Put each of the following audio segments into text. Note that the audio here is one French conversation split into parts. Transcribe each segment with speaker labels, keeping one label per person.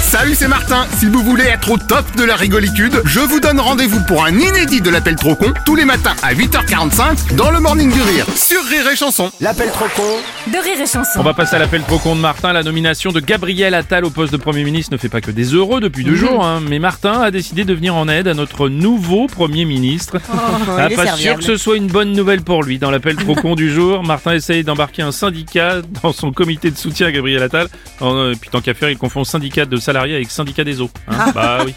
Speaker 1: Salut, c'est Martin. Si vous voulez être au top de la rigolitude, je vous donne rendez-vous pour un inédit de l'appel trop con tous les matins à 8h45 dans le Morning du Rire sur Rire et Chanson.
Speaker 2: L'appel trop con
Speaker 3: de rire et chanson.
Speaker 4: On va passer à l'appel trop con de Martin. La nomination de Gabriel Attal au poste de Premier ministre ne fait pas que des heureux depuis
Speaker 3: Mm-hmm.
Speaker 4: deux jours. hein. Mais Martin a décidé de venir en aide à notre nouveau Premier ministre. Ah,
Speaker 3: Oh, il est
Speaker 4: pas
Speaker 3: serviable.
Speaker 4: sûr que ce soit une bonne nouvelle pour lui. Dans l'appel trop con du jour, Martin essaye d'embarquer un syndicat dans son comité de soutien à Gabriel Attal. En, euh, puis tant qu'à faire, il confond syndicat de salariés avec syndicat des eaux. hein.
Speaker 3: Ah.
Speaker 4: Bah oui.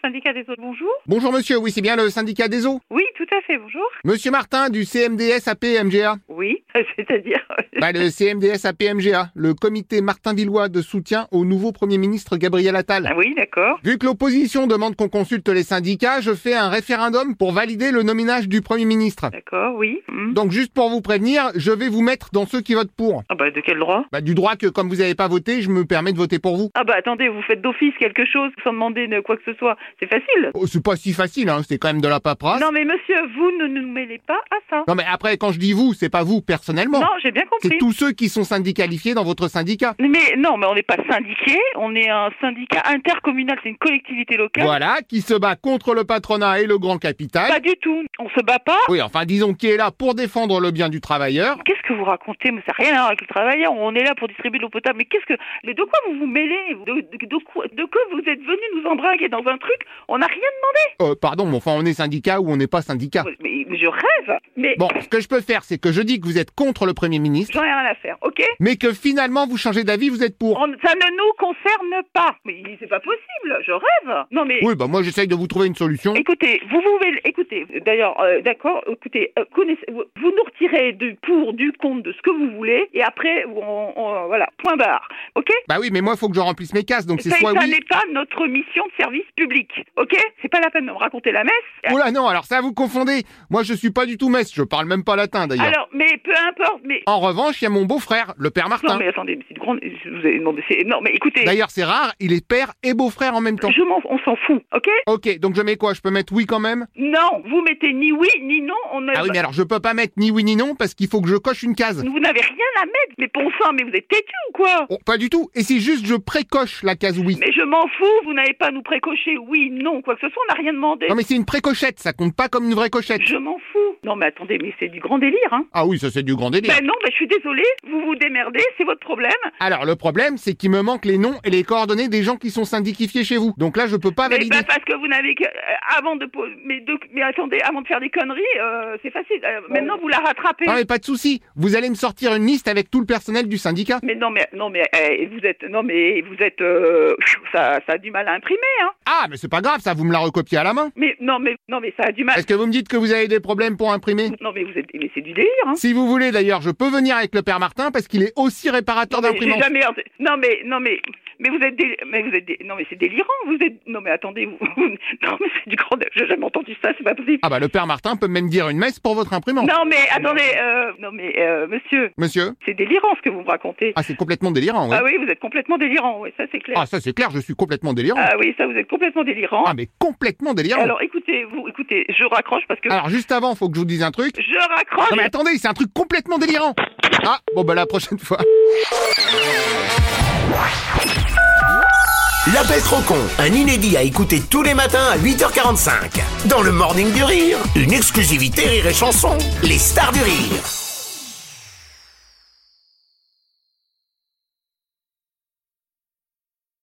Speaker 5: Syndicat des eaux, bonjour.
Speaker 1: Bonjour monsieur, oui, c'est bien le syndicat des eaux.
Speaker 5: Oui, tout à fait, bonjour.
Speaker 1: Monsieur Martin du CMDS AP MGA.
Speaker 5: Oui, c'est-à-dire.
Speaker 1: Bah, le CMDS AP MGA, le comité Martin Villois de soutien au nouveau Premier ministre Gabriel Attal.
Speaker 5: Ah oui, d'accord.
Speaker 1: Vu que l'opposition demande qu'on consulte les syndicats, je fais un référendum pour valider le nominage du Premier ministre.
Speaker 5: D'accord, oui. hmm.
Speaker 1: Donc juste pour vous prévenir, je vais vous mettre dans ceux qui votent pour.
Speaker 5: Ah bah, de quel droit
Speaker 1: Bah, du droit que comme vous n'avez pas voté, je me permets de voter pour vous.
Speaker 5: Ah bah, attendez, vous faites d'office quelque chose sans demander ne- quoi que ce soit. C'est facile.
Speaker 1: Oh, c'est pas si facile, hein, c'est quand même de la paperasse.
Speaker 5: Non, mais monsieur, vous ne nous mêlez pas à ça.
Speaker 1: Non, mais après, quand je dis vous, c'est pas vous personnellement.
Speaker 5: Non, j'ai bien
Speaker 1: c'est
Speaker 5: compris.
Speaker 1: tous ceux qui sont syndicalifiés dans votre syndicat.
Speaker 5: Mais non, mais on n'est pas syndiqué, on est un syndicat intercommunal, c'est une collectivité locale.
Speaker 1: Voilà, qui se bat contre le patronat et le grand capital.
Speaker 5: Pas du tout. On se bat pas.
Speaker 1: Oui, enfin, disons qui est là pour défendre le bien du travailleur.
Speaker 5: Qu'est-ce que vous racontez Mais ça n'a rien à voir avec le travailleur. On est là pour distribuer de l'eau potable. Mais qu'est-ce que. Mais de quoi vous vous mêlez de, de- de quoi- de quoi vous êtes venu nous embringuer dans un truc On n'a rien demandé.
Speaker 1: Euh, pardon, mais enfin, on est syndicat ou on n'est pas syndicat.
Speaker 5: Ouais, Mais, mais je rêve. Mais
Speaker 1: Bon, ce que je peux faire, c'est que je dis que vous êtes contre le Premier ministre,
Speaker 5: j'en ai rien à faire, ok
Speaker 1: mais que finalement, vous changez d'avis, vous êtes pour.
Speaker 5: On- Ça ne nous concerne pas. Mais c'est pas possible. Je rêve. Non mais.
Speaker 1: Oui, bah moi, j'essaye de vous trouver une solution.
Speaker 5: Écoutez, vous vous mêlez- écoutez. D'ailleurs, euh, d'accord. Écoutez, euh, connaissez- vous vous nous retirez du pour, du compte, de ce que vous voulez, et après, on, on- voilà, point barre, ok
Speaker 1: Bah oui, mais moi, faut que je remplisse mes cases, donc c'est
Speaker 5: Ça,
Speaker 1: soit
Speaker 5: ça
Speaker 1: oui...
Speaker 5: n'est pas notre mission de service public, ok C'est pas la peine de me raconter la messe.
Speaker 1: Oula, non, alors ça, vous confondez. Moi, je suis pas du tout messe, je parle même pas latin, d'ailleurs.
Speaker 5: Alors, mais peu importe, mais...
Speaker 1: En revanche, il y a mon beau-frère, le père
Speaker 5: Non,
Speaker 1: Martin.
Speaker 5: mais attendez, mais c'est de grande... je vous ai- Non, mais, c'est- non, mais écoutez,
Speaker 1: D'ailleurs, c'est rare, il est père et beau-frère en même temps.
Speaker 5: je m'en... on s'en fout, ok
Speaker 1: Ok, donc je mets quoi Je peux mettre oui quand même
Speaker 5: Non, vous mettez ni oui, bah. ni non, on a...
Speaker 1: Ah oui, mais alors je peux pas mettre ni oui ni non parce qu'il faut que je coche une case.
Speaker 5: Vous n'avez rien à mettre, mais bon sang, mais vous êtes têtu ou quoi
Speaker 1: Oh, pas du tout. Et si juste je précoche la case oui
Speaker 5: Mais je m'en fous, vous n'avez pas à nous précocher oui, non, quoi que ce soit, on n'a rien demandé.
Speaker 1: Non mais c'est une précochette, ça compte pas comme une vraie cochette.
Speaker 5: Je m'en fous. Non, mais attendez, mais c'est du grand délire, hein
Speaker 1: Ah oui, ça c'est du grand délire.
Speaker 5: Ben non, ben je suis désolée, vous vous démerdez, c'est votre problème.
Speaker 1: Alors le problème, c'est qu'il me manque les noms et les coordonnées des gens qui sont syndiquifiés chez vous. Donc là, je peux pas
Speaker 5: Mais bah,
Speaker 1: valider.
Speaker 5: pas parce que vous n'avez que euh, avant de po- mais de- mais attendez avant de faire des conneries euh, c'est facile Euh, maintenant vous la rattrapez
Speaker 1: Non mais pas de souci. Vous allez me sortir une liste avec tout le personnel du syndicat.
Speaker 5: mais non mais non mais eh, vous êtes non mais vous êtes euh, ça ça a du mal à imprimer hein
Speaker 1: Ah, mais c'est pas grave, ça vous me la recopiez à la main.
Speaker 5: mais non mais non mais ça a du mal
Speaker 1: Est-ce que vous me dites que vous avez des problèmes pour imprimer
Speaker 5: non mais vous êtes mais c'est du délire hein
Speaker 1: Si vous voulez d'ailleurs, je peux venir avec le père Martin parce qu'il est aussi réparateur
Speaker 5: Mais j'ai
Speaker 1: d'imprimante.
Speaker 5: jamais non mais non mais mais vous êtes dé- mais vous êtes dé- non mais c'est délirant vous êtes non mais attendez vous non mais c'est du grand j'ai jamais entendu ça c'est pas possible
Speaker 1: Ah bah le père Martin peut même dire une messe pour votre imprimante.
Speaker 5: non mais attendez euh, non mais euh, monsieur
Speaker 1: Monsieur
Speaker 5: c'est délirant ce que vous me racontez
Speaker 1: Ah c'est complètement délirant, ouais.
Speaker 5: Ah oui, vous êtes complètement délirant, oui, ça c'est clair.
Speaker 1: Ah ça c'est clair, je suis complètement délirant.
Speaker 5: Ah oui, ça vous êtes complètement délirant.
Speaker 1: Ah mais complètement délirant. Alors,
Speaker 5: Alors écoutez, vous écoutez, je raccroche parce que
Speaker 1: juste avant, faut que je vous dise un truc.
Speaker 5: je raccroche.
Speaker 1: Ah. Non mais attendez, c'est un truc complètement délirant. Ah bon bah la prochaine fois.
Speaker 2: L'appel trop con, un inédit à écouter tous les matins à 8h45. Dans le Morning du Rire, une exclusivité Rire et Chanson, les stars du rire.